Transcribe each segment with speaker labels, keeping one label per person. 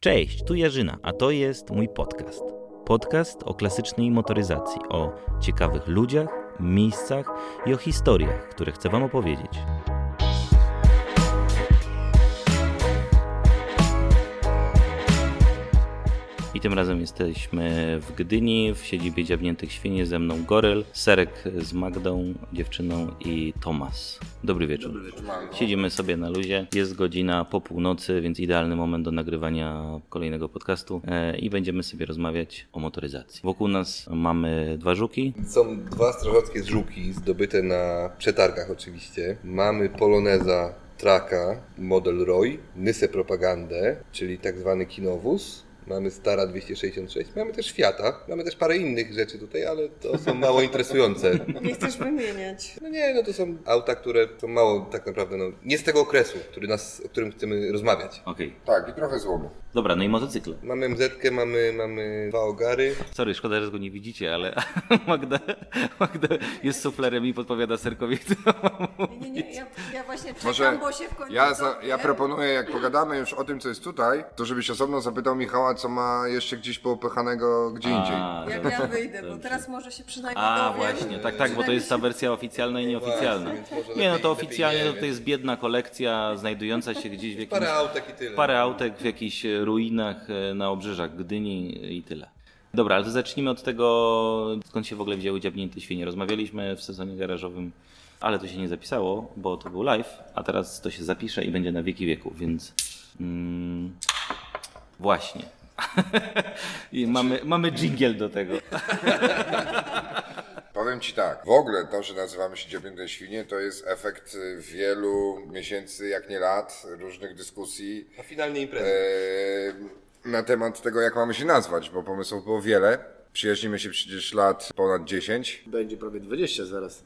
Speaker 1: Cześć, tu Jarzyna, a to jest mój podcast. Podcast o klasycznej motoryzacji, o ciekawych ludziach, miejscach i o historiach, które chcę Wam opowiedzieć. I tym razem jesteśmy w Gdyni, w siedzibie Dziabniętych Świnie, ze mną Goryl, Serek z Magdą, dziewczyną i Tomas. Dobry wieczór. Siedzimy sobie na luzie, jest godzina po północy, więc idealny moment do nagrywania kolejnego podcastu e, i będziemy sobie rozmawiać o motoryzacji. Wokół nas mamy dwa żuki,
Speaker 2: Są dwa strażackie żuki zdobyte na przetargach oczywiście. Mamy Poloneza Traka, model Roy, Nysę Propagandę, czyli tak zwany kinowóz. Mamy Stara 266, mamy też Fiata, mamy też parę innych rzeczy tutaj, ale to są mało interesujące.
Speaker 3: Nie chcesz wymieniać.
Speaker 2: No nie, no to są auta, które są mało tak naprawdę, no, nie z tego okresu, który nas, o którym chcemy rozmawiać.
Speaker 1: Okej.
Speaker 4: Tak, i trochę złomu.
Speaker 1: Dobra, no i motocykle.
Speaker 2: Mamy MZ-kę, mamy, mamy dwa ogary.
Speaker 1: Sorry, szkoda, że go nie widzicie, ale Magda, Magda jest suflerem i podpowiada Serkowi, co mam
Speaker 3: Nie, nie, nie, ja, ja właśnie czekam,
Speaker 4: Może
Speaker 3: bo się w końcu
Speaker 4: ja,
Speaker 3: to-
Speaker 4: za, ja proponuję, jak pogadamy już o tym, co jest tutaj, to żebyś osobno zapytał Michała, co ma jeszcze gdzieś poopychanego gdzie indziej.
Speaker 1: A,
Speaker 3: Jak
Speaker 1: dobra.
Speaker 3: ja wyjdę, bo
Speaker 1: Dobrze.
Speaker 3: teraz może się przynajmniej
Speaker 1: A
Speaker 3: dowiem.
Speaker 1: właśnie, tak, tak, bo to jest ta wersja oficjalna i nieoficjalna.
Speaker 2: Właśnie, więc może
Speaker 1: Nie, no
Speaker 2: lepiej-
Speaker 1: to
Speaker 2: lepiej
Speaker 1: oficjalnie
Speaker 2: nie,
Speaker 1: to jest biedna kolekcja znajdująca się gdzieś w jakimś...
Speaker 2: Parę autek i tyle.
Speaker 1: Parę autek w jakichś ruinach e, na obrzeżach Gdyni i tyle. Dobra, ale to zacznijmy od tego, skąd się w ogóle wzięły dziabnięte świnie. Rozmawialiśmy w sezonie garażowym, ale to się nie zapisało, bo to był live, a teraz to się zapisze i będzie na wieki wieków, więc mm, właśnie. I mamy, mamy jingle do tego.
Speaker 4: Powiem Ci tak, w ogóle to, że nazywamy się Dziewiętne Świnie, to jest efekt y, wielu miesięcy, jak nie lat, różnych dyskusji
Speaker 2: A finalnie imprezy.
Speaker 4: e, na temat tego, jak mamy się nazwać, bo pomysłów było wiele. Przyjaźnimy się przecież lat ponad 10,
Speaker 5: Będzie prawie 20 zaraz.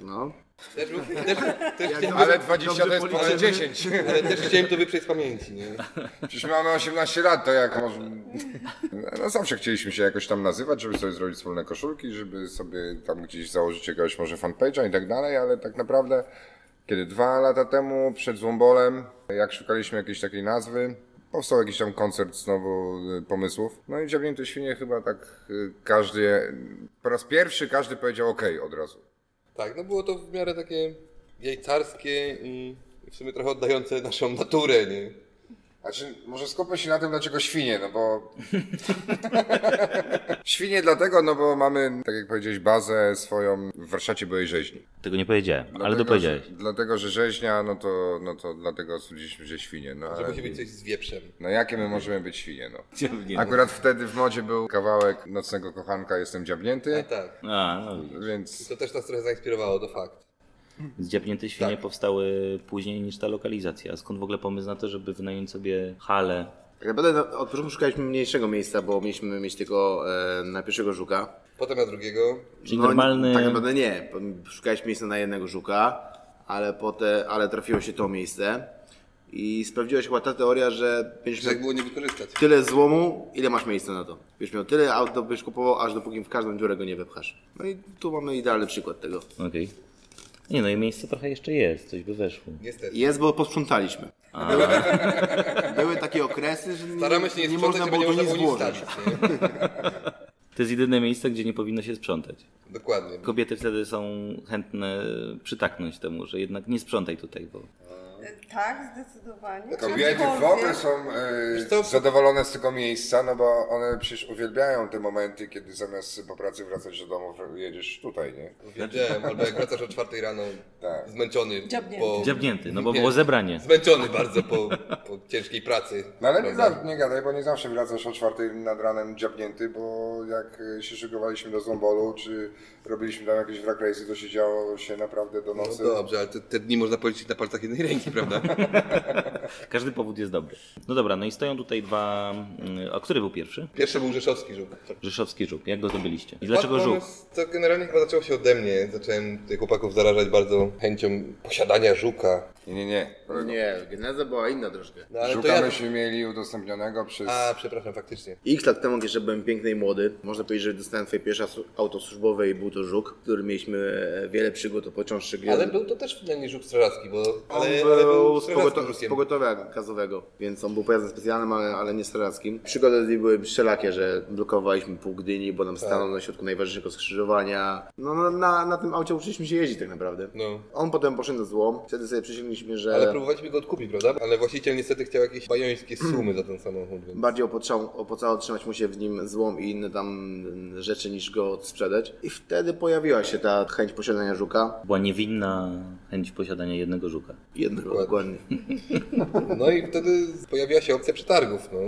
Speaker 5: No.
Speaker 2: Też, był- też, też chciałem-
Speaker 4: ale 20 to
Speaker 5: dobrze
Speaker 4: jest ponad
Speaker 5: policzymy.
Speaker 4: 10.
Speaker 2: Ale też chciałem to wyprzeć z pamięci, nie?
Speaker 4: Przecież mamy 18 lat, to jak może... No zawsze chcieliśmy się jakoś tam nazywać, żeby sobie zrobić wspólne koszulki, żeby sobie tam gdzieś założyć jakiegoś może fanpage'a i tak dalej, ale tak naprawdę kiedy dwa lata temu przed Złombolem, jak szukaliśmy jakiejś takiej nazwy, powstał jakiś tam koncert znowu y, pomysłów. No i Dziabnięte Świnie chyba tak y, każdy, po raz pierwszy każdy powiedział ok od razu.
Speaker 2: Tak, no było to w miarę takie jajcarskie i w sumie trochę oddające naszą naturę, nie?
Speaker 4: Znaczy, może skupmy się na tym, dlaczego świnie, no bo... świnie dlatego, no bo mamy, tak jak powiedziałeś, bazę swoją w Warszawie byłej rzeźni.
Speaker 1: Tego nie powiedziałem, ale
Speaker 4: Dlatego,
Speaker 1: dopowiedziałeś.
Speaker 4: Że, dlatego, że rzeźnia, no to, no to dlatego stwierdziliśmy, że świnie, no
Speaker 2: Że
Speaker 4: ale...
Speaker 2: musi być coś z wieprzem.
Speaker 4: No jakie my możemy być świnie, no.
Speaker 1: Dziabnięte.
Speaker 4: Akurat wtedy w modzie był kawałek Nocnego Kochanka Jestem Dziabnięty,
Speaker 2: Tak,
Speaker 1: A, no, widzisz.
Speaker 4: więc...
Speaker 2: to też nas trochę zainspirowało, to fakt.
Speaker 1: Zdziabnięte świnie
Speaker 4: Tak.
Speaker 1: powstały później niż ta lokalizacja. A skąd w ogóle pomysł na to, żeby wynająć sobie halę?
Speaker 5: Ja będę na, od początku szukaliśmy mniejszego miejsca, bo mieliśmy mieć tylko e, na pierwszego żuka.
Speaker 2: Potem na drugiego,
Speaker 1: Czyli
Speaker 5: No,
Speaker 1: normalny...
Speaker 5: Tak naprawdę nie. Szukaliśmy miejsca na jednego żuka, ale, potem, ale trafiło się to miejsce. I sprawdziła się chyba ta teoria, że
Speaker 2: że jak
Speaker 5: będziesz miał
Speaker 2: było nie wykorzystać.
Speaker 5: tyle złomu, ile masz miejsca na to. Będziesz miał tyle aut, to byś kupował, aż dopóki w każdą dziurę go nie wepchasz. No i tu mamy idealny przykład tego.
Speaker 1: Okej. Nie no i miejsce trochę jeszcze jest, coś by weszło.
Speaker 2: Niestety.
Speaker 5: Jest, bo posprzątaliśmy. Były takie okresy, że
Speaker 2: Staramy się nie sprzątać, żeby nie można było nic
Speaker 5: złożyć.
Speaker 2: wstawić, nie?
Speaker 1: To jest jedyne miejsce, gdzie nie powinno się sprzątać.
Speaker 2: Dokładnie.
Speaker 1: Kobiety wtedy są chętne przytaknąć temu, że jednak nie sprzątaj tutaj, bo...
Speaker 3: Tak, zdecydowanie.
Speaker 4: Kobiety w
Speaker 3: Czymkolwiek.
Speaker 4: ogóle są
Speaker 2: Wiesz
Speaker 4: e,
Speaker 2: co?
Speaker 4: zadowolone z tego miejsca, no bo one przecież uwielbiają te momenty, kiedy zamiast po pracy wracać do domu, jedziesz tutaj, nie?
Speaker 2: Wiedziałem, albo jak wracasz o czwartej rano
Speaker 4: Tak.
Speaker 2: zmęczony.
Speaker 3: Dziabnięty.
Speaker 2: Po,
Speaker 1: Dziabnięty, no bo
Speaker 2: Nie.
Speaker 1: było zebranie.
Speaker 2: zmęczony bardzo po, po ciężkiej pracy.
Speaker 4: No ale nie,
Speaker 2: Prawda?
Speaker 4: za- nie gadaj, bo nie zawsze wracasz o czwartej nad ranem dziabnięty, bo jak e, się szykowaliśmy do Zombolu, czy robiliśmy tam jakieś wrak racy, to się działo się naprawdę do
Speaker 2: No
Speaker 4: nocy.
Speaker 2: dobrze, ale te, te dni można policzyć na palcach jednej ręki, prawda?
Speaker 1: Każdy powód jest dobry. No dobra, no i stoją tutaj dwa... mm, A który był pierwszy?
Speaker 2: Pierwszy był Rzeszowski żuk.
Speaker 1: Rzeszowski żuk. Jak go zdobyliście? I dlaczego
Speaker 2: Padł
Speaker 1: żuk?
Speaker 2: pomysł, To generalnie chyba zaczęło się ode mnie. Zacząłem tych chłopaków zarażać bardzo chęcią posiadania żuka.
Speaker 4: Nie, nie, nie.
Speaker 5: Nie, geneza była inna troszkę.
Speaker 2: No ale to ja...
Speaker 4: Szukaliśmy mieli udostępnionego przez...
Speaker 2: A, przepraszam, faktycznie.
Speaker 5: X lat temu, jak jeszcze byłem piękny i młody, można powiedzieć, że dostałem twoje pierwsze su- auto służbowe i był to żuk, który mieliśmy e, wiele przygód, począwszy...
Speaker 2: Ale był to też finalnie żuk strażacki, bo...
Speaker 4: On
Speaker 2: Ale,
Speaker 4: był
Speaker 2: ale
Speaker 5: był z,
Speaker 2: strzeleckim
Speaker 5: pogoto- z
Speaker 2: ruskiem.
Speaker 5: pogotowia gazowego, więc on był pojazdem specjalnym, ale, ale nie strzeleckim. Przygody z nim były wszelakie, że blokowaliśmy pół Gdyni, bo nam stanął na środku najważniejszego skrzyżowania. No, no na, na tym aucie uczyliśmy się jeździć tak naprawdę.
Speaker 2: No.
Speaker 5: On potem poszedł na złom, wtedy sobie przysięgliśmy, że...
Speaker 2: Ale próbowaliśmy go odkupić, prawda? Ale właściciel niestety chciał jakieś bajońskie sumy za ten samochód. Więc...
Speaker 5: bardziej opłacało, opłacało trzymać mu się w nim złom i inne tam rzeczy niż go sprzedać. I wtedy pojawiła się ta chęć posiadania żuka.
Speaker 1: Była niewinna chęć posiadania jednego żuka.
Speaker 5: Jednego dokładnie.
Speaker 2: No i wtedy pojawiła się opcja przetargów. No.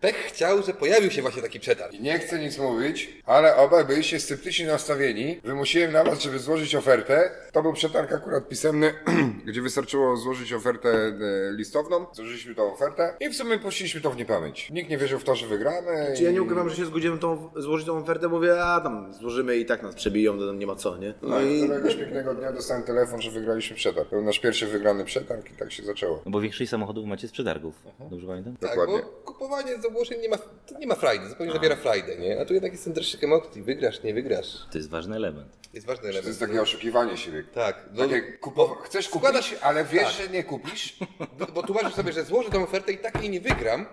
Speaker 2: Pech chciał, że pojawił się właśnie taki przetarg.
Speaker 4: I nie chcę nic mówić, ale obaj byliście sceptycznie nastawieni. Wymusiłem na was, żeby złożyć ofertę. To był przetarg akurat pisemny, gdzie wystarczyło złożyć ofertę e, listowną. Złożyliśmy tą ofertę i w sumie puściliśmy to w niepamięć. Nikt nie wierzył w to, że wygramy.
Speaker 2: Znaczy,
Speaker 5: Czy ja nie
Speaker 4: i-
Speaker 5: ukrywam, że się zgodziłem tą, złożyć tą ofertę, mówię, a tam złożymy i tak nas przebiją, to tam nie ma co, nie? No
Speaker 4: No i
Speaker 5: i
Speaker 4: któregoś pięknego dnia dostałem telefon, że wygraliśmy przetarg. Był nasz pierwszy wygrany przetarg i tak się zaczęło.
Speaker 1: No bo większość samochodów macie z przetargów. Dobrze pamiętam?
Speaker 2: Tak,
Speaker 4: Dokładnie.
Speaker 2: bo kupowanie z ogłoszeń nie ma, to nie ma frajdy, zupełnie zabiera frajdę, nie? A tu jednak jest ten dreszczykiem opcji, wygrasz, nie wygrasz.
Speaker 1: To jest ważny element.
Speaker 2: Jest ważny
Speaker 4: To jest
Speaker 2: element.
Speaker 4: takie oszukiwanie siebie.
Speaker 2: Tak, do,
Speaker 4: Takie kupowa- Chcesz kupić,
Speaker 2: Składasz-
Speaker 4: ale wiesz,
Speaker 2: tak.
Speaker 4: że nie kupisz.
Speaker 2: bo, bo tłumaczysz sobie, że złożę tą ofertę i tak jej nie wygram,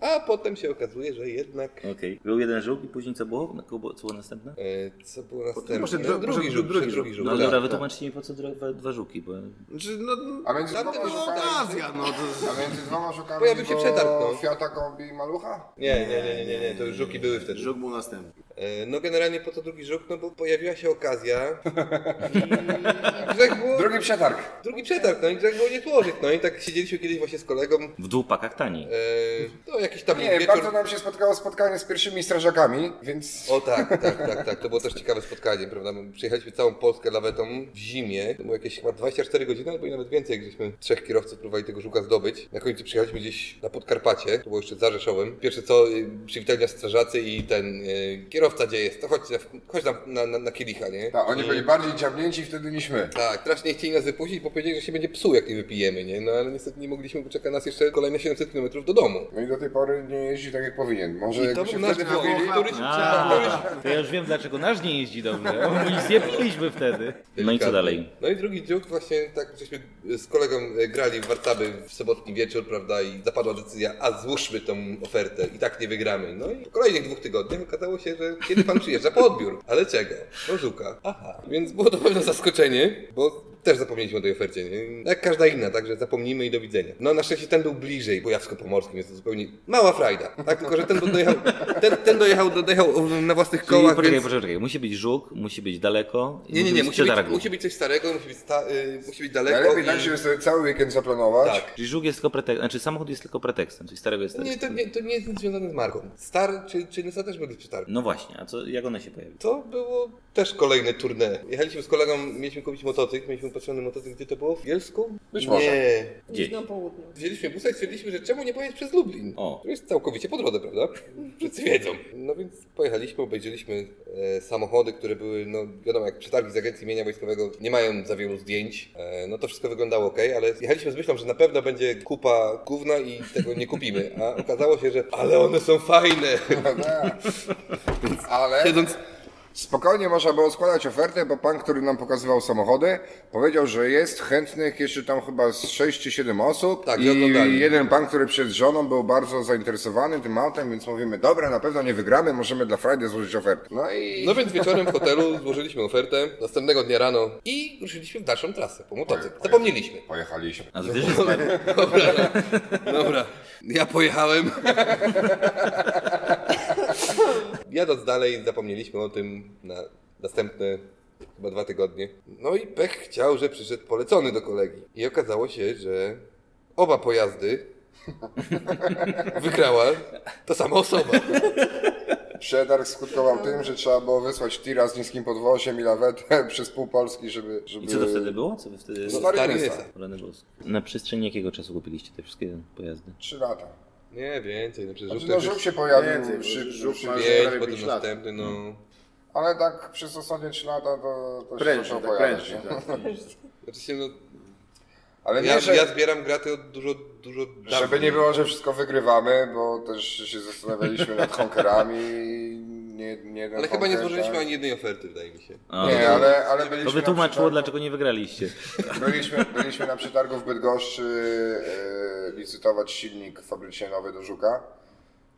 Speaker 2: a potem się okazuje, że jednak...
Speaker 1: Okej. Był jeden żuk i później co było? Na- ko- Co było następne?
Speaker 2: E, co było następne?
Speaker 5: poszedł dru-
Speaker 2: drugi
Speaker 5: poszedł
Speaker 2: żółw,
Speaker 5: drugi
Speaker 2: drugi, drugi żółw.
Speaker 1: No
Speaker 2: tak,
Speaker 1: dobra,
Speaker 2: tak.
Speaker 1: wytłumaczcie mi po co dwa, dwa- dwa żuki, bo
Speaker 5: znaczy, no,
Speaker 4: A między
Speaker 2: Tamten
Speaker 4: dwoma
Speaker 2: już
Speaker 4: szukami...
Speaker 5: okazja, no to...
Speaker 4: A między dwoma szukami
Speaker 2: Pojawił się
Speaker 4: było
Speaker 2: przetarg, no.
Speaker 4: Fiata, Kombi i Malucha?
Speaker 2: Nie, nie, nie, nie, nie, nie, to już żuki były wtedy.
Speaker 5: Żuk był następny.
Speaker 2: E, No generalnie po to drugi żuk, no bo pojawiła się okazja i grzech było...
Speaker 4: Drugi przetarg.
Speaker 2: Drugi przetarg, no i grzech było nie złożyć, no i tak siedzieliśmy kiedyś właśnie z kolegą,
Speaker 1: w dwóch pakach taniej.
Speaker 2: Eee, to jakiś tam
Speaker 4: Nie,
Speaker 2: wieczór.
Speaker 4: bardzo nam się spotkało spotkanie z pierwszymi strażakami, więc
Speaker 2: O tak, tak, tak, tak. To było też ciekawe spotkanie, prawda? My Przyjechaliśmy całą Polskę lawetą w zimie. To było jakieś chyba 24 godziny, albo i nawet więcej, jak żeśmy trzech kierowców próbowali tego żuka zdobyć. Na końcu przyjechaliśmy gdzieś na Podkarpacie, to było jeszcze za Rzeszowem. Pierwsze co, y, przywitali nas strażacy i ten y, kierowca gdzie jest, to chodź, na, chodź na, na, na, na kielicha, nie?
Speaker 4: tak, oni byli bardziej dziabnięci wtedy niż my.
Speaker 2: Tak, strasznie chcieli nas wypuścić, bo powiedzieli, że się będzie psuł, jak nie wypijemy, nie? No ale niestety nie mogliśmy, bo czeka nas jeszcze kolejne 700 km do domu.
Speaker 4: No i do tej pory nie jeździ tak jak powinien. Może
Speaker 2: I to
Speaker 4: jakby
Speaker 2: był
Speaker 4: się
Speaker 2: nasz
Speaker 4: wtedy
Speaker 2: błąd,
Speaker 4: wybili,
Speaker 2: któryś,
Speaker 1: A,
Speaker 2: któryś
Speaker 1: to ja już wiem dlaczego nasz nie jeździ dobrze, bo nic nie piliśmy wtedy. No i co
Speaker 2: Delikatnie.
Speaker 1: dalej?
Speaker 2: No i drugi dziób właśnie tak, żeśmy z kolegą e, grali w warcaby w sobotni wieczór, prawda, i zapadła decyzja, a złóżmy tą ofertę i tak nie wygramy. No i po kolejnych dwóch tygodniach okazało się, że kiedy pan przyjeżdża po odbiór, ale czego? No żuka. Aha. Więc było to pewne zaskoczenie, bo też zapomnieliśmy o tej ofercie, nie? Jak każda inna, także zapomnijmy i do widzenia. No na szczęście ten był bliżej Kujawsko-Pomorskim, jest to zupełnie mała frajda, tak? Tylko, że ten dojechał, ten, ten dojechał, dojechał na własnych
Speaker 1: Czyli
Speaker 2: kołach,
Speaker 1: poczekaj,
Speaker 2: więc...
Speaker 1: poczekaj, poczekaj. Musi być żuk, musi być daleko. i
Speaker 2: Nie, nie, nie, musi być,
Speaker 1: przetargu.
Speaker 2: musi być coś starego, musi być, sta, y, musi być daleko.
Speaker 4: Najlepiej
Speaker 2: i-
Speaker 4: tak, żeby sobie cały weekend zaplanować.
Speaker 2: Tak.
Speaker 1: Czyli żuk jest tylko pretekstem, znaczy samochód jest tylko pretekstem, czyli starego jest
Speaker 2: Nie,
Speaker 1: nie,
Speaker 2: to nie, to nie jest nic związane z marką. Star czy, czy Nysa też byli przetargi.
Speaker 1: No właśnie, a co, jak one się pojawiły?
Speaker 2: To było też kolejne tournée. Jechaliśmy z kolegą, mieliśmy kupić motocykl, mieliśmy patrzony motocykl, gdzie to było? W Bielsku?
Speaker 4: Być
Speaker 2: nie.
Speaker 4: może.
Speaker 1: Gdzieś.
Speaker 3: Gdzieś na południu.
Speaker 2: Wzięliśmy busa i stwierdziliśmy, że czemu nie pojechać przez Lublin?
Speaker 1: O.
Speaker 2: To jest całkowicie po drodze, prawda? Wszyscy wiedzą. No więc pojechaliśmy, obejrzeliśmy e, samochody, które były, no wiadomo, jak przetargi z Agencji Mienia Wojskowego nie mają za wielu zdjęć. E, no to wszystko wyglądało ok, ale jechaliśmy z myślą, że na pewno będzie kupa gówna i tego nie kupimy. A okazało się, że ale one są fajne.
Speaker 4: Ale
Speaker 2: Siedząc,
Speaker 4: spokojnie można było składać ofertę, bo pan, który nam pokazywał samochody, powiedział, że jest chętnych jeszcze tam chyba z 6 czy 7 osób.
Speaker 2: Tak, że oglądali.
Speaker 4: I jeden pan, który przed żoną był bardzo zainteresowany tym autem, więc mówimy, dobra, na pewno nie wygramy, możemy dla Friday złożyć ofertę. No i
Speaker 2: No więc wieczorem w hotelu złożyliśmy ofertę, następnego dnia rano i ruszyliśmy w dalszą trasę po motocykl. Zapomnieliśmy.
Speaker 4: pojechaliśmy.
Speaker 2: No
Speaker 1: A gdyż jest
Speaker 2: Dobra, ja pojechałem. Jadąc dalej, zapomnieliśmy o tym na następne chyba dwa tygodnie. No i pech chciał, że przyszedł polecony do kolegi. I okazało się, że oba pojazdy wygrała ta sama osoba.
Speaker 4: Przetarg skutkował tym, że trzeba było wysłać tira z niskim podwoziem i lawetę przez pół Polski, żeby... żeby...
Speaker 1: I co to wtedy było? Co wy wtedy...
Speaker 4: No, Stary
Speaker 2: Stary
Speaker 4: Nysa.
Speaker 2: Nysa.
Speaker 1: Rany boskie. Na przestrzeni jakiego czasu kupiliście te wszystkie pojazdy?
Speaker 4: Trzy lata.
Speaker 2: Nie, więcej, no przecież
Speaker 4: Znaczy,
Speaker 2: żółty
Speaker 4: no,
Speaker 2: już
Speaker 4: żółk się pojawił,
Speaker 5: Więcej,
Speaker 4: przy,
Speaker 5: żółk
Speaker 4: przy,
Speaker 5: ma-
Speaker 2: pięć,
Speaker 5: prawie pięć
Speaker 2: potem
Speaker 5: lat.
Speaker 2: następny, no...
Speaker 4: ale tak przez ostatnie trzy lata to, to
Speaker 5: Prędzi,
Speaker 4: się zaczął
Speaker 5: tak,
Speaker 4: pojawiać.
Speaker 5: prędzi,
Speaker 4: nie?
Speaker 5: tak.
Speaker 2: Znaczy się, no
Speaker 4: Ale No nie,
Speaker 2: Ja,
Speaker 4: że,
Speaker 2: ja zbieram graty od dużo, dużo dawniej.
Speaker 4: żeby nie było, że wszystko wygrywamy, bo też się zastanawialiśmy nad konkerami i nie, nie jeden
Speaker 2: Ale chyba nie
Speaker 4: konkurs,
Speaker 2: złożyliśmy
Speaker 4: tak?
Speaker 2: ani jednej oferty, wydaje mi się.
Speaker 1: A,
Speaker 4: Nie, ale, ale byliśmy
Speaker 1: to
Speaker 4: na
Speaker 1: wytłumaczyło,
Speaker 4: przetargu-
Speaker 1: dlaczego nie wygraliście.
Speaker 4: Byliśmy, byliśmy na przetargu w Bydgoszczy e, licytować silnik fabrycznie nowy do Żuka.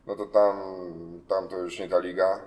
Speaker 4: No to tam, tam to już nie ta liga.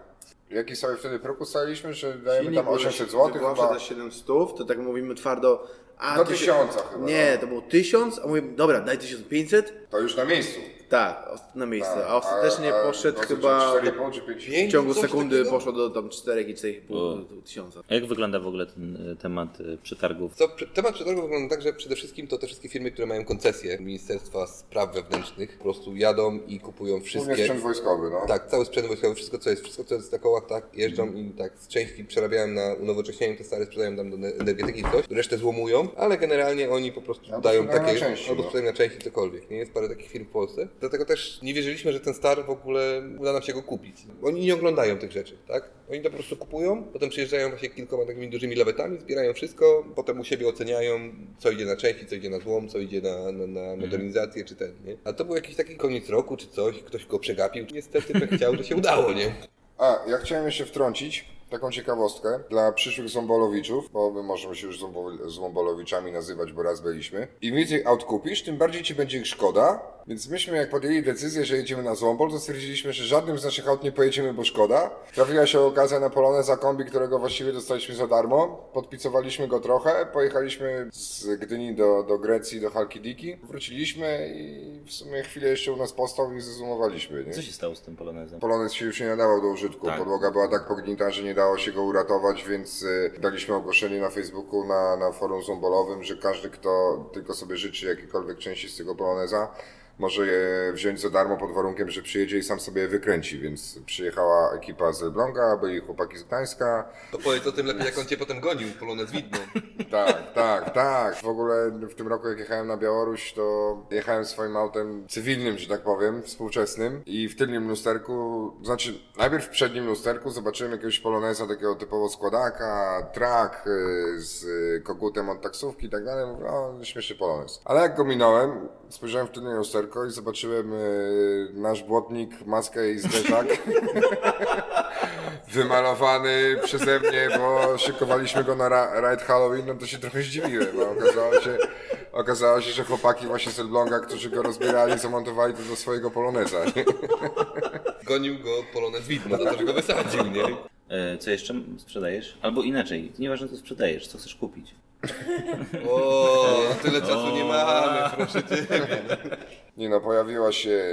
Speaker 4: Jaki sobie wtedy próg ustaliliśmy, że dajemy
Speaker 5: Silnik
Speaker 4: tam
Speaker 5: był
Speaker 4: 800 zł
Speaker 5: Wygłasza
Speaker 4: chyba.
Speaker 5: za 700, to tak mówimy twardo. A,
Speaker 4: Do
Speaker 5: tysię-
Speaker 4: 1000 chyba, no.
Speaker 5: Nie, to było 1000, a mówię, dobra, daj 1500.
Speaker 4: To już na miejscu.
Speaker 5: Tak, os- na miejsce.
Speaker 4: Tak,
Speaker 5: a ostatecznie
Speaker 4: a- no, a
Speaker 5: poszedł
Speaker 4: dosyć
Speaker 5: chyba.
Speaker 4: 4,5 czy 5.
Speaker 5: W ciągu
Speaker 2: Coś
Speaker 5: sekundy
Speaker 2: takiego?
Speaker 5: poszło do tam 4 i
Speaker 1: O.
Speaker 5: 4,5 tysiąca.
Speaker 1: A jak wygląda w ogóle ten e, temat e, przetargów?
Speaker 2: Co, prze- temat przetargu wygląda tak, że przede wszystkim to te wszystkie firmy, które mają koncesję Ministerstwa Spraw Wewnętrznych, po prostu jadą i kupują
Speaker 4: Głównie
Speaker 2: wszystkie...
Speaker 4: sprzęt wojskowy, no.
Speaker 2: Tak, cały sprzęt wojskowy, wszystko co jest, wszystko co jest na kołach, tak, jeżdżą i tak z części przerabiają na unowocześniają te stare, sprzedają tam do ne- energetyki coś, resztę złomują, ale generalnie oni po prostu
Speaker 4: Albo
Speaker 2: dają
Speaker 4: sprzedają
Speaker 2: takie,
Speaker 4: na części,
Speaker 2: albo
Speaker 4: no.
Speaker 2: sprzedają na części cokolwiek, nie? Jest parę takich firm w Polsce, dlatego też nie wierzyliśmy, że ten star w ogóle uda nam się go kupić. Oni nie oglądają tych rzeczy, tak? Oni to po prostu kupują, potem przyjeżdżają właśnie kilkoma takimi dużymi lawetami, zbierają wszystko, potem u siebie oceniają, co idzie na części, co idzie na złom, co idzie na, na,
Speaker 4: Mhm.
Speaker 2: na modernizację czy ten, nie? A to był jakiś taki koniec roku czy coś, ktoś go przegapił, niestety tak chciał, że się udało, nie?
Speaker 4: A, ja chciałem jeszcze wtrącić taką ciekawostkę dla przyszłych Zombolowiczów, bo my możemy się już Zombo- Zombolowiczami nazywać, bo raz byliśmy. Im więcej aut kupisz, tym bardziej ci będzie ich szkoda. Więc myśmy jak podjęli decyzję, że jedziemy na Zombol, to stwierdziliśmy, że żadnym z naszych aut nie pojedziemy, bo szkoda. Trafiła się okazja na polonę za kombi, którego właściwie dostaliśmy za darmo. Podpicowaliśmy go trochę, pojechaliśmy z Gdyni do, do Grecji, do Halkidiki. Wróciliśmy i w sumie chwilę jeszcze u nas postał i zezumowaliśmy. Nie?
Speaker 1: Co się stało z tym polonezem?
Speaker 4: Polonez się już nie nadawał do użytku.
Speaker 1: Tak.
Speaker 4: Podłoga była tak pognita, że nie dało się go uratować, więc y, daliśmy ogłoszenie na Facebooku, na, na forum zombolowym, że każdy, kto tylko sobie życzy jakiejkolwiek części z tego poloneza, może je wziąć za darmo pod warunkiem, że przyjedzie i sam sobie je wykręci, więc przyjechała ekipa z Elbląga, byli chłopaki z Gdańska.
Speaker 2: To powiedz o tym lepiej, jak on cię potem gonił, polonez widmo.
Speaker 4: Tak, tak, tak. W ogóle w tym roku jak jechałem na Białoruś, to jechałem swoim autem cywilnym, że tak powiem, współczesnym i w tylnym lusterku, znaczy najpierw w przednim lusterku zobaczyłem jakiegoś poloneza, takiego typowo składaka, trak y, z y, kogutem od taksówki i tak dalej. Mówię, o, śmieszny polonez. Ale jak go minąłem, spojrzałem w tylne lusterko i zobaczyłem y, nasz błotnik, maskę i zderzak wymalowany przeze mnie, bo szykowaliśmy go na ra- Ride Halloween, no to się trochę zdziwiłem, a okazało się, okazało się, że chłopaki właśnie z Elbląga, którzy go rozbierali, zamontowali to do swojego poloneza. Nie?
Speaker 2: Gonił go polonez widmo za to, że go wysadził, nie?
Speaker 1: E, Co jeszcze sprzedajesz? Albo inaczej, nieważne co sprzedajesz, co chcesz kupić.
Speaker 2: O, tyle czasu nie mamy, proszę cię.
Speaker 4: Nie no, pojawiła się,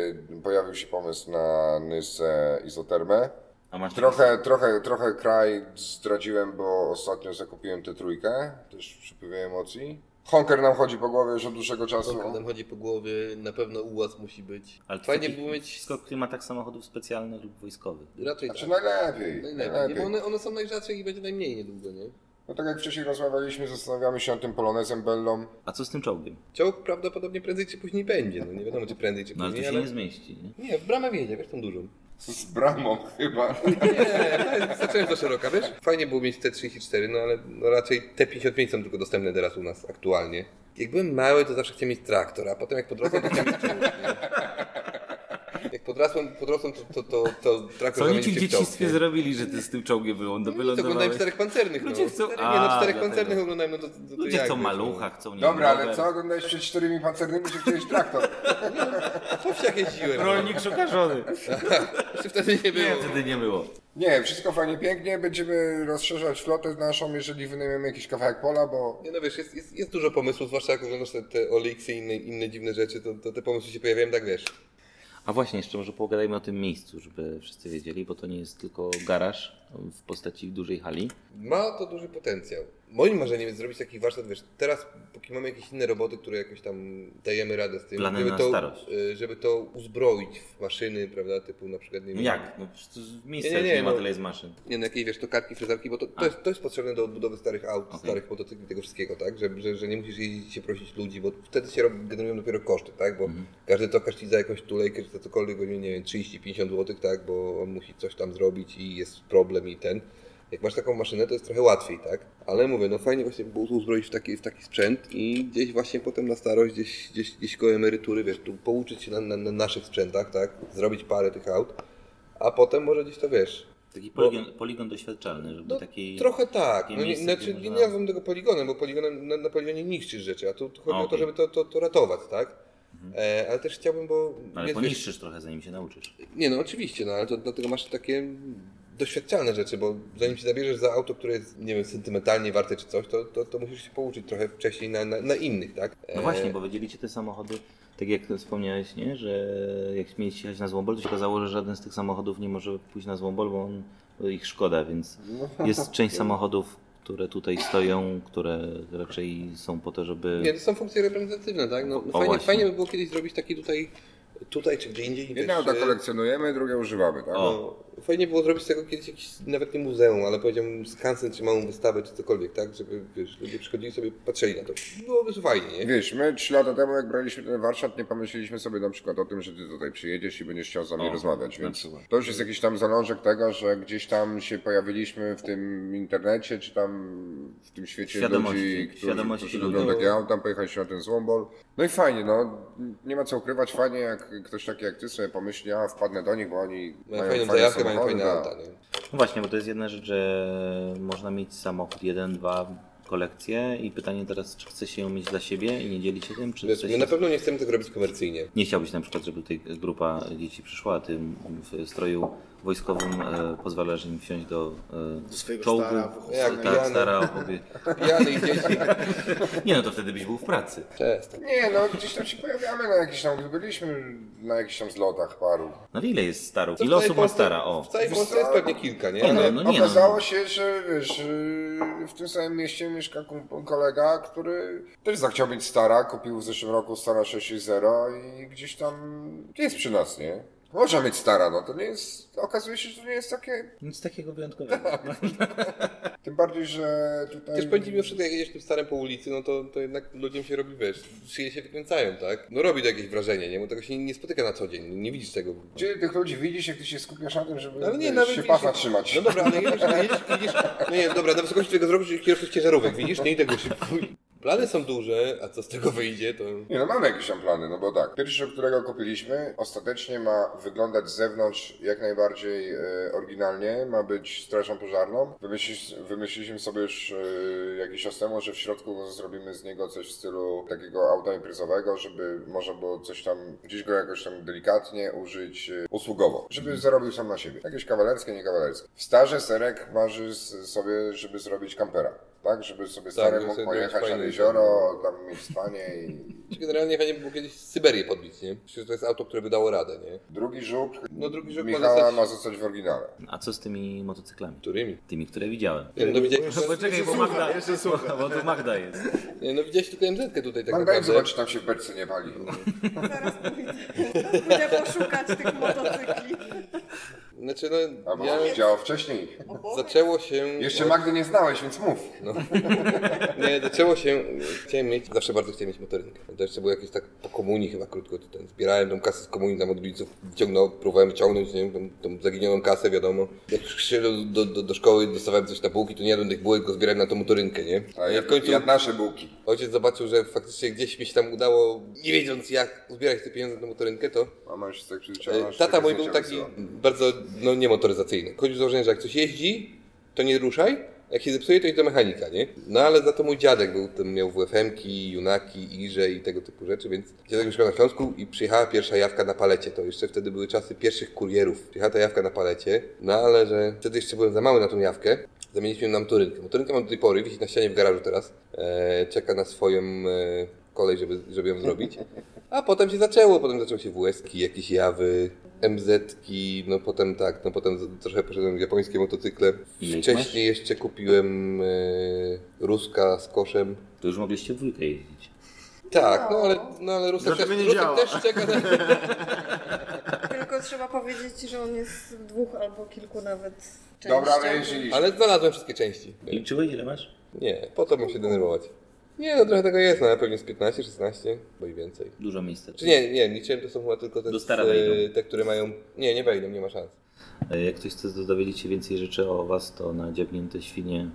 Speaker 4: pojawił się pomysł na Nysę Izotermę.
Speaker 1: A masz
Speaker 4: Trochę, trochę, trochę kraj zdradziłem, bo ostatnio zakupiłem tę trójkę, też w przypływie emocji. Honker nam chodzi po głowie już od dłuższego czasu.
Speaker 2: Skok nam chodzi po głowie, na pewno ułaz musi być.
Speaker 1: Ale to
Speaker 2: Fajnie
Speaker 1: taki
Speaker 2: było mieć
Speaker 1: Skok, który ma tak samochodów specjalnych lub wojskowych.
Speaker 2: raczej
Speaker 4: Znaczy
Speaker 2: tak.
Speaker 4: najlepiej,
Speaker 2: Najlepiej, nie?
Speaker 4: najlepiej.
Speaker 2: bo one, one są najrzadsze i będzie najmniej niedługo, nie?
Speaker 4: No tak jak wcześniej rozmawialiśmy, zastanawiamy się nad tym polonezem Bellą.
Speaker 1: A co z tym czołgiem?
Speaker 2: Czołg prawdopodobnie prędzej czy później będzie, no nie wiadomo czy prędzej czy
Speaker 1: No ale to
Speaker 2: później,
Speaker 1: się
Speaker 2: ale...
Speaker 1: nie zmieści. Nie?
Speaker 2: Nie, w bramę wjedzie, wiesz tą dużą.
Speaker 4: Z bramą chyba.
Speaker 2: Nie, zaczęłem za szeroka, wiesz? Fajnie było mieć T34, no ale no raczej T55 są tylko dostępne teraz u nas aktualnie. Jak byłem mały, to zawsze chciałem mieć traktor, a potem jak podrosłem, to chciałem mieć czołg, nie? Jak podrosłem, podrosłem to, to, to, to traktor
Speaker 1: Co oni ci w
Speaker 2: zamienił się w czołg,
Speaker 1: dzieciństwie
Speaker 2: nie?
Speaker 1: zrobili, że ty z tym czołgiem wylą-
Speaker 2: No to oglądałem
Speaker 1: wylądowałeś?
Speaker 2: czterech pancernych,
Speaker 1: Ludzie
Speaker 2: no.
Speaker 1: chcą-
Speaker 2: Cztery- nie, no
Speaker 1: A,
Speaker 2: czterech
Speaker 1: dlatego.
Speaker 2: pancernych oglądałem, no to, to, to
Speaker 1: Ludzie
Speaker 2: jak
Speaker 1: chcą
Speaker 2: wiesz,
Speaker 1: malucha, chcą nie
Speaker 4: Dobra, ale co oglądałeś przed czterema pancernymi, że chciałeś traktor?
Speaker 2: No. Po wsiach jeździłem.
Speaker 1: Rolnik szuka żony.
Speaker 2: Czy wtedy nie było?
Speaker 1: Nie, wtedy nie było.
Speaker 4: Nie, wszystko fajnie, pięknie. Będziemy rozszerzać flotę naszą, jeżeli wynajmiemy jakiś kawałek pola, bo...
Speaker 2: Nie no wiesz, jest, jest, jest dużo pomysłów, zwłaszcza jak oglądasz te, te OLX-y i inne, inne dziwne rzeczy, to, to te pomysły się pojawiają tak wiesz.
Speaker 1: A właśnie, jeszcze może pogadajmy o tym miejscu, żeby wszyscy wiedzieli, bo to nie jest tylko garaż w postaci dużej hali.
Speaker 2: Ma to duży potencjał. Moim marzeniem jest zrobić taki warsztat, wiesz, teraz póki mamy jakieś inne roboty, które jakoś tam dajemy radę z tym,
Speaker 1: Plany
Speaker 2: żeby,
Speaker 1: na
Speaker 2: to,
Speaker 1: starość.
Speaker 2: y, żeby to uzbroić w maszyny, prawda, typu na przykład nie wiem,
Speaker 1: Jak? No, przecież w miejscu
Speaker 2: Nie,
Speaker 1: nie,
Speaker 2: nie,
Speaker 1: nie,
Speaker 2: nie,
Speaker 1: ma
Speaker 2: no.
Speaker 1: tyle jest maszyn.
Speaker 2: Nie no, jakiej wiesz, to kartki, frezarki, bo to, to,
Speaker 1: A.
Speaker 2: jest, to jest potrzebne do odbudowy starych aut,
Speaker 1: Okej.
Speaker 2: starych motocykli, tego wszystkiego, tak? Że, że, że nie musisz jeździć i się prosić ludzi, bo wtedy się robi, generują dopiero koszty, tak? Bo
Speaker 1: Mhm.
Speaker 2: każdy tokarz ci za jakąś tulejkę, czy za cokolwiek, godzin, nie wiem, 30-50 zł, tak? Bo on musi coś tam zrobić i jest problem i ten. Jak masz taką maszynę, to jest trochę łatwiej, tak? Ale mówię, no fajnie właśnie było uzbroić w taki, w taki sprzęt i gdzieś właśnie potem na starość, gdzieś, gdzieś, gdzieś koło emerytury, wiesz, tu pouczyć się na, na, na naszych sprzętach, tak? Zrobić parę tych aut, a potem może gdzieś to, wiesz,
Speaker 1: Taki poligon, poligon doświadczalny, żeby
Speaker 2: No,
Speaker 1: taki...
Speaker 2: trochę tak.
Speaker 1: takie
Speaker 2: No, nie,
Speaker 1: miejsce,
Speaker 2: znaczy,
Speaker 1: gdzie
Speaker 2: nie
Speaker 1: można-
Speaker 2: nazwę tego poligonem, bo poligonem, na, na poligonie niszczysz rzeczy, a tu, tu chodzi o
Speaker 1: No,
Speaker 2: to,
Speaker 1: Okej. Mhm.
Speaker 2: żeby to, to, to ratować, tak? E, ale też chciałbym, bo...
Speaker 1: Ale
Speaker 2: wiesz,
Speaker 1: poniszczysz trochę, zanim się nauczysz.
Speaker 2: Nie no, oczywiście, no ale to dlatego masz takie doświadczalne rzeczy, bo zanim się zabierzesz za auto, które jest, nie wiem, sentymentalnie warte czy coś, to, to, to musisz się pouczyć trochę wcześniej na, na, na innych, tak?
Speaker 1: No właśnie, bo wydzielicie te samochody, tak jak wspomniałeś, nie? że jak mieliście jechać na Złombol, to się okazało, że żaden z tych samochodów nie może pójść na Złombol, bo on, bo ich szkoda, więc
Speaker 2: No,
Speaker 1: jest część samochodów, które tutaj stoją, które raczej są po to, żeby...
Speaker 2: Nie, to są funkcje reprezentatywne, tak? No,
Speaker 1: O,
Speaker 2: fajnie,
Speaker 1: właśnie.
Speaker 2: fajnie by było kiedyś zrobić taki tutaj, tutaj czy gdzie indziej.
Speaker 4: Jedne auta
Speaker 2: wiesz, e,
Speaker 4: kolekcjonujemy, drugie używamy, tak?
Speaker 1: O.
Speaker 2: No, fajnie było zrobić z tego kiedyś jakiś, nawet nie muzeum, ale powiedziałbym skansen czy małą wystawę czy cokolwiek, tak? Żeby wiesz, ludzie przychodzili sobie, patrzyli na to. Byłoby fajnie, nie?
Speaker 4: Wiesz, my trzy lata temu, jak braliśmy ten warsztat, nie pomyśleliśmy sobie na przykład o tym, że ty tutaj przyjedziesz i będziesz chciał z nami
Speaker 1: O,
Speaker 4: rozmawiać,
Speaker 1: na
Speaker 4: więc
Speaker 1: przykład.
Speaker 4: to już jest jakiś tam zalążek tego, że gdzieś tam się pojawiliśmy w tym internecie, czy tam w tym świecie
Speaker 1: Świadomości,
Speaker 4: ludzi, którzy,
Speaker 1: świadomości
Speaker 4: którzy
Speaker 1: ludzi.
Speaker 4: lubią takie auta, tam pojechaliśmy na ten złombol. No i fajnie, no, nie ma co ukrywać, fajnie jak ktoś taki jak ty sobie pomyśli, a wpadnę do nich, bo oni
Speaker 2: Mają
Speaker 4: mają
Speaker 2: fajną
Speaker 4: fajne
Speaker 2: zajawkę, mają
Speaker 4: samochody,
Speaker 2: fajne
Speaker 4: tak.
Speaker 2: auta, nie?
Speaker 1: No właśnie, bo to jest jedna rzecz, że można mieć samochód, jeden, dwa kolekcje i pytanie teraz, czy chce się ją mieć dla siebie i nie dzielić się tym, czy
Speaker 2: Wiesz,
Speaker 1: chce
Speaker 2: my
Speaker 1: się...
Speaker 2: na pewno nie chcemy tego robić komercyjnie.
Speaker 1: Nie chciałbyś na przykład, żeby tutaj grupa dzieci przyszła, a ty w stroju wojskowym e, pozwalasz im wsiąść do, e,
Speaker 5: Do swojego
Speaker 1: czołgu.
Speaker 5: stara, w-
Speaker 2: Jak
Speaker 1: ta
Speaker 2: pijany.
Speaker 1: stara opobie...
Speaker 2: Pijany i dzieci.
Speaker 1: Nie no, to wtedy byś był w pracy.
Speaker 2: Cześć.
Speaker 4: Nie, no, gdzieś tam się pojawiamy na jakichś tam, byliśmy na jakichś tam zlotach paru.
Speaker 1: No ile jest starów?
Speaker 2: Co w
Speaker 1: Ile
Speaker 2: całej
Speaker 1: osób ma
Speaker 2: Polsce-
Speaker 1: stara? O,
Speaker 2: W całej
Speaker 4: Wiesz
Speaker 2: Polsce
Speaker 4: co?
Speaker 2: jest pewnie kilka, nie?
Speaker 1: Nie,
Speaker 2: Ale
Speaker 1: no nie,
Speaker 4: Okazało się, że wiesz, yy, w tym samym mieście mieszka kum- kolega, który też zachciał mieć stara, kupił w zeszłym roku stara 6.0 i gdzieś tam jest przy nas, nie? Można mieć stara, no to nie jest, okazuje się, że to nie jest takie,
Speaker 1: nic takiego wyjątkowego.
Speaker 4: tym bardziej, że tutaj...
Speaker 2: Też będzie mimo wszystko, jak jedziesz tym starym po ulicy, no to, to jednak ludziom się robi, wiesz, szyje się wykręcają, tak? No robi to jakieś wrażenie, nie? Bo tego się nie spotyka na co dzień, nie widzisz tego.
Speaker 4: Gdzie tych ludzi widzisz, jak ty się skupiasz na tym, żeby
Speaker 2: No Ale nie,
Speaker 4: wiesz,
Speaker 2: nawet
Speaker 4: się
Speaker 2: widzisz-
Speaker 4: pafa trzymać.
Speaker 2: No dobra, ale jedziesz, jedziesz, jedziesz no nie, dobra, na wysokości tego zrobisz kierowców ciężarówek, widzisz? Nie, i tego się... Plany są duże, a co z tego wyjdzie, to...
Speaker 4: Nie no, mamy jakieś tam plany, no bo tak. Pierwszy, którego kupiliśmy, ostatecznie ma wyglądać z zewnątrz jak najbardziej e, oryginalnie, ma być strażą pożarną. Wymyśli, wymyśliliśmy sobie już e, jakiś czas temu, że w środku zrobimy z niego coś w stylu takiego auta imprezowego, żeby można było coś tam, gdzieś go jakoś tam delikatnie użyć e, usługowo, żeby
Speaker 2: Mhm.
Speaker 4: zarobił sam na siebie. Jakieś kawalerskie, nie kawalerskie. W starze Serek marzy s- sobie, żeby zrobić kampera. Tak, żeby sobie stary
Speaker 2: żeby
Speaker 4: mógł
Speaker 2: sobie zrobić
Speaker 4: pojechać na
Speaker 2: fajny-
Speaker 4: jezioro, tam mieć spanie i
Speaker 2: Czy generalnie fajnie by było kiedyś Syberię podbić, nie? Przecież to jest auto, które by dało radę, nie?
Speaker 4: Drugi żuk,
Speaker 2: No drugi żuk ma
Speaker 4: Michała
Speaker 2: zostać- Tak,
Speaker 4: ma zostać w oryginale.
Speaker 1: A co z tymi motocyklami?
Speaker 2: Którymi?
Speaker 1: Tymi, które widziałem.
Speaker 2: Nie, no, widziałeś,
Speaker 1: Poczekaj, bo Magda, bo, bo tu Magda jest.
Speaker 2: nie, no widziałeś tylko MZ-kę tutaj tak
Speaker 4: Pan Bejt
Speaker 2: naprawdę.
Speaker 4: zobaczy, tam się w beczce nie pali.
Speaker 3: Zaraz pójdę, pójdę poszukać tych motocykli.
Speaker 2: Znaczy, no,
Speaker 4: Albo
Speaker 2: ja...
Speaker 4: to się działo wcześniej.
Speaker 2: Zaczęło się...
Speaker 4: Jeszcze Magdy nie znałeś, więc mów.
Speaker 2: No. Nie, zaczęło się, chciałem mieć, zawsze bardzo chciałem mieć motorynkę. To jeszcze było jakieś tak po komunii chyba krótko, to ten, zbierałem tą kasę z komunii tam od rodziców, ciągnął, próbowałem wyciągnąć, nie wiem, tą, tą zaginioną kasę, wiadomo. Jak szedłem do, do, do szkoły i dostawałem coś na bułki, to nie jadłem tych bułek, tylko zbierałem na tą motorynkę, nie?
Speaker 4: A
Speaker 2: I
Speaker 4: ja
Speaker 2: No, w końcu
Speaker 4: jadł nasze bułki.
Speaker 2: ojciec zobaczył, że faktycznie gdzieś mi się tam udało, nie wiedząc jak uzbierać te pieniądze na tą motorynkę, to
Speaker 4: Mama już tak
Speaker 2: E,
Speaker 4: przyzwyczaiła. że
Speaker 2: Tata
Speaker 4: takie
Speaker 2: mój był
Speaker 4: zdjęcia
Speaker 2: taki
Speaker 4: wysyła.
Speaker 2: bardzo no, niemotoryzacyjny. Chodził z założenia, że jak coś jeździ, to nie ruszaj, jak się zepsuje, to idź do mechanika, nie? No ale za to mój dziadek był, ten miał WFM-ki, Junaki, Irze i tego typu rzeczy, więc dziadek mieszkał na Śląsku i przyjechała pierwsza jawka na palecie. To jeszcze wtedy były czasy pierwszych kurierów. Przyjechała ta jawka na palecie, no ale że wtedy jeszcze byłem za mały na tą jawkę. Zamieniliśmy ją na motorynkę. Motorynka mam do tej pory, wisi na ścianie w garażu teraz. E, czeka na swoją e, kolej, żeby, żeby ją zrobić. A potem się zaczęło, potem zaczęły się WS-ki, jakieś jawy, MZ-ki, no potem tak, no potem z- trochę poszedłem w japońskie motocykle.
Speaker 1: I
Speaker 2: Wcześniej jeszcze kupiłem e, Ruska z koszem.
Speaker 1: To już mogliście w dwójkę jeździć.
Speaker 2: Tak, no ale, no, ale Rusek,
Speaker 5: Dlaczego
Speaker 2: też,
Speaker 5: nie
Speaker 2: Rusek
Speaker 5: działa?
Speaker 2: też czeka na...
Speaker 3: Tylko trzeba powiedzieć, że on jest w dwóch albo kilku nawet częściach.
Speaker 4: Dobra, ale jeździliśmy.
Speaker 2: Ale znalazłem wszystkie części.
Speaker 1: Liczyłeś ile masz?
Speaker 2: Nie, po to mam się denerwować. Nie, no trochę tego jest, no ale pewnie z 15, 16, bo i więcej.
Speaker 1: Dużo miejsca.
Speaker 2: Czy nie, nie, liczyłem, to są chyba tylko te,
Speaker 1: Do stara
Speaker 2: z, e,
Speaker 1: wejdą.
Speaker 2: te które mają... Nie, nie wejdą, nie ma szans.
Speaker 1: E, Jak ktoś chce dowiedzieć się więcej rzeczy o Was, to na dziabnięte świnie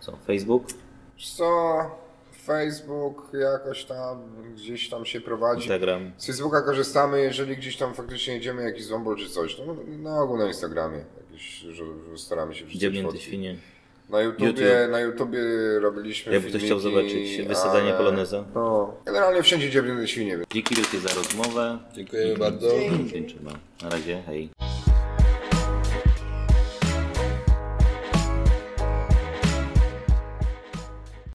Speaker 1: co? Facebook?
Speaker 4: Wiesz co? Facebook jakoś tam gdzieś tam się prowadzi.
Speaker 1: Instagram.
Speaker 4: Z Facebooka korzystamy, jeżeli gdzieś tam faktycznie jedziemy jakiś zombol czy coś. No, na ogół na Instagramie. Jakieś, że, że staramy się wrzucać
Speaker 1: Dziabnięte
Speaker 4: fotki.
Speaker 1: świnie.
Speaker 4: Na YouTubie,
Speaker 1: YouTube.
Speaker 4: na YouTubie robiliśmy
Speaker 1: Jakby ktoś chciał
Speaker 4: filmiki,
Speaker 1: zobaczyć wysadzenie
Speaker 4: ale-
Speaker 1: poloneza.
Speaker 4: No, generalnie wszędzie dziewczyny świnie.
Speaker 1: Dzięki wielkie za rozmowę.
Speaker 2: Dziękujemy bardzo.
Speaker 1: Dzięki. Na razie, hej.